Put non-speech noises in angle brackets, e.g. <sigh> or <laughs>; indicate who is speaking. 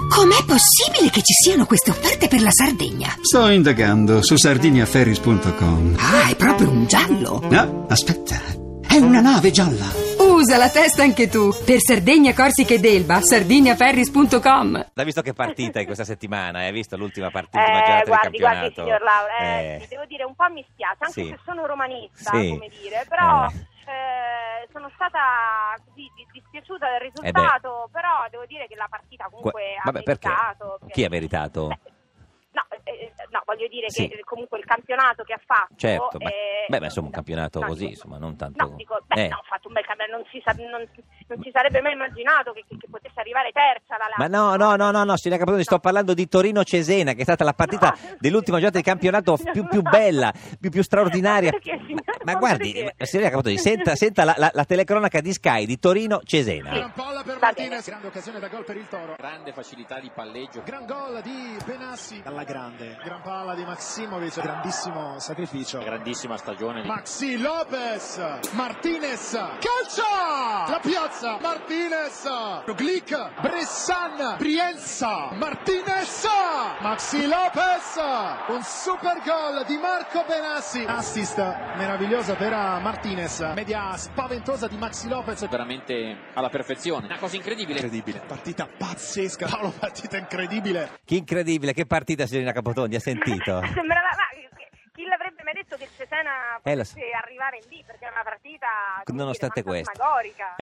Speaker 1: Com'è possibile che ci siano queste offerte per la Sardegna?
Speaker 2: Sto indagando su sardiniaferris.com.
Speaker 1: Ah, è proprio un giallo.
Speaker 2: No, aspetta. eh. È una nave gialla.
Speaker 3: Usa la testa anche tu. Per Sardegna, Corsica ed Elba, sardiniaferris.com.
Speaker 4: L'ha visto che partita in questa settimana? eh? Hai visto l'ultima partita l'ultima
Speaker 5: Eh,
Speaker 4: girata
Speaker 5: guardi,
Speaker 4: di
Speaker 5: guardi,
Speaker 4: campionato?
Speaker 5: signor Laura, eh,
Speaker 4: Eh,
Speaker 5: sì, devo dire un po' mi spiace, anche
Speaker 4: Sì.
Speaker 5: se sono romanista,
Speaker 4: Sì.
Speaker 5: come dire, però
Speaker 4: Eh.
Speaker 5: eh, sono stata così dis- dispiaciuta
Speaker 4: Eh
Speaker 5: del risultato, però devo dire che la partita comunque
Speaker 4: Qua-
Speaker 5: ha
Speaker 4: vabbè, perché?
Speaker 5: meritato.
Speaker 4: Chi ha meritato?
Speaker 5: Beh, No, eh, no, voglio dire
Speaker 4: Sì.
Speaker 5: che eh, comunque il campionato che ha fatto...
Speaker 4: Certo, ma-
Speaker 5: eh,
Speaker 4: beh, ma insomma, un campionato
Speaker 5: no,
Speaker 4: così,
Speaker 5: dico-
Speaker 4: insomma, non tanto-
Speaker 5: No, dico, beh,
Speaker 4: eh.
Speaker 5: no, ha fatto un bel campionato, non si, sa- non- non si sarebbe mai immaginato che, che- che potesse arrivare terza la
Speaker 4: Ma no,
Speaker 5: Lazio.
Speaker 4: no, no, no, no signora Capodoni, sto parlando di Torino-Cesena, che è stata la partita
Speaker 5: No.
Speaker 4: dell'ultima giornata di campionato più, più
Speaker 5: <laughs> No.
Speaker 4: bella, più, più straordinaria.
Speaker 5: Ma perché, signora?
Speaker 4: Ma
Speaker 5: Ma
Speaker 4: guardi,
Speaker 5: perché?
Speaker 4: ma- signora Capodoni, senta, senta la, la- la telecronaca di Sky di Torino-Cesena.
Speaker 5: Sì.
Speaker 6: Gran palla per
Speaker 5: Va
Speaker 6: Martinez,
Speaker 5: bene.
Speaker 6: grande occasione da gol per il Toro.
Speaker 7: grande facilità di palleggio.
Speaker 6: Gran gol di Benassi. Alla grande. Gran palla di Maximovic, grandissimo sacrificio.
Speaker 7: Grandissima stagione.
Speaker 6: Maxi Lopez, Martinez, calcia! La piazza, Martinez, Glick, Bressan, Brienza, Martinez, Maxi Lopez, un super gol di Marco Benassi. Assist meravigliosa per eh, Martinez, media spaventosa di Maxi Lopez.
Speaker 7: Veramente alla perfezione. Una cosa incredibile.
Speaker 6: Incredibile, partita pazzesca, Paolo, partita incredibile.
Speaker 4: Che incredibile, che partita, signorina Capodoni, ha sentito?
Speaker 5: <laughs> Sembrava, ma chi l'avrebbe mai detto che il Cesena
Speaker 4: Eh, lo
Speaker 5: potesse arrivare in B perché è una partita come
Speaker 4: Nonostante
Speaker 5: dire,
Speaker 4: questo.
Speaker 5: fantasmagorica.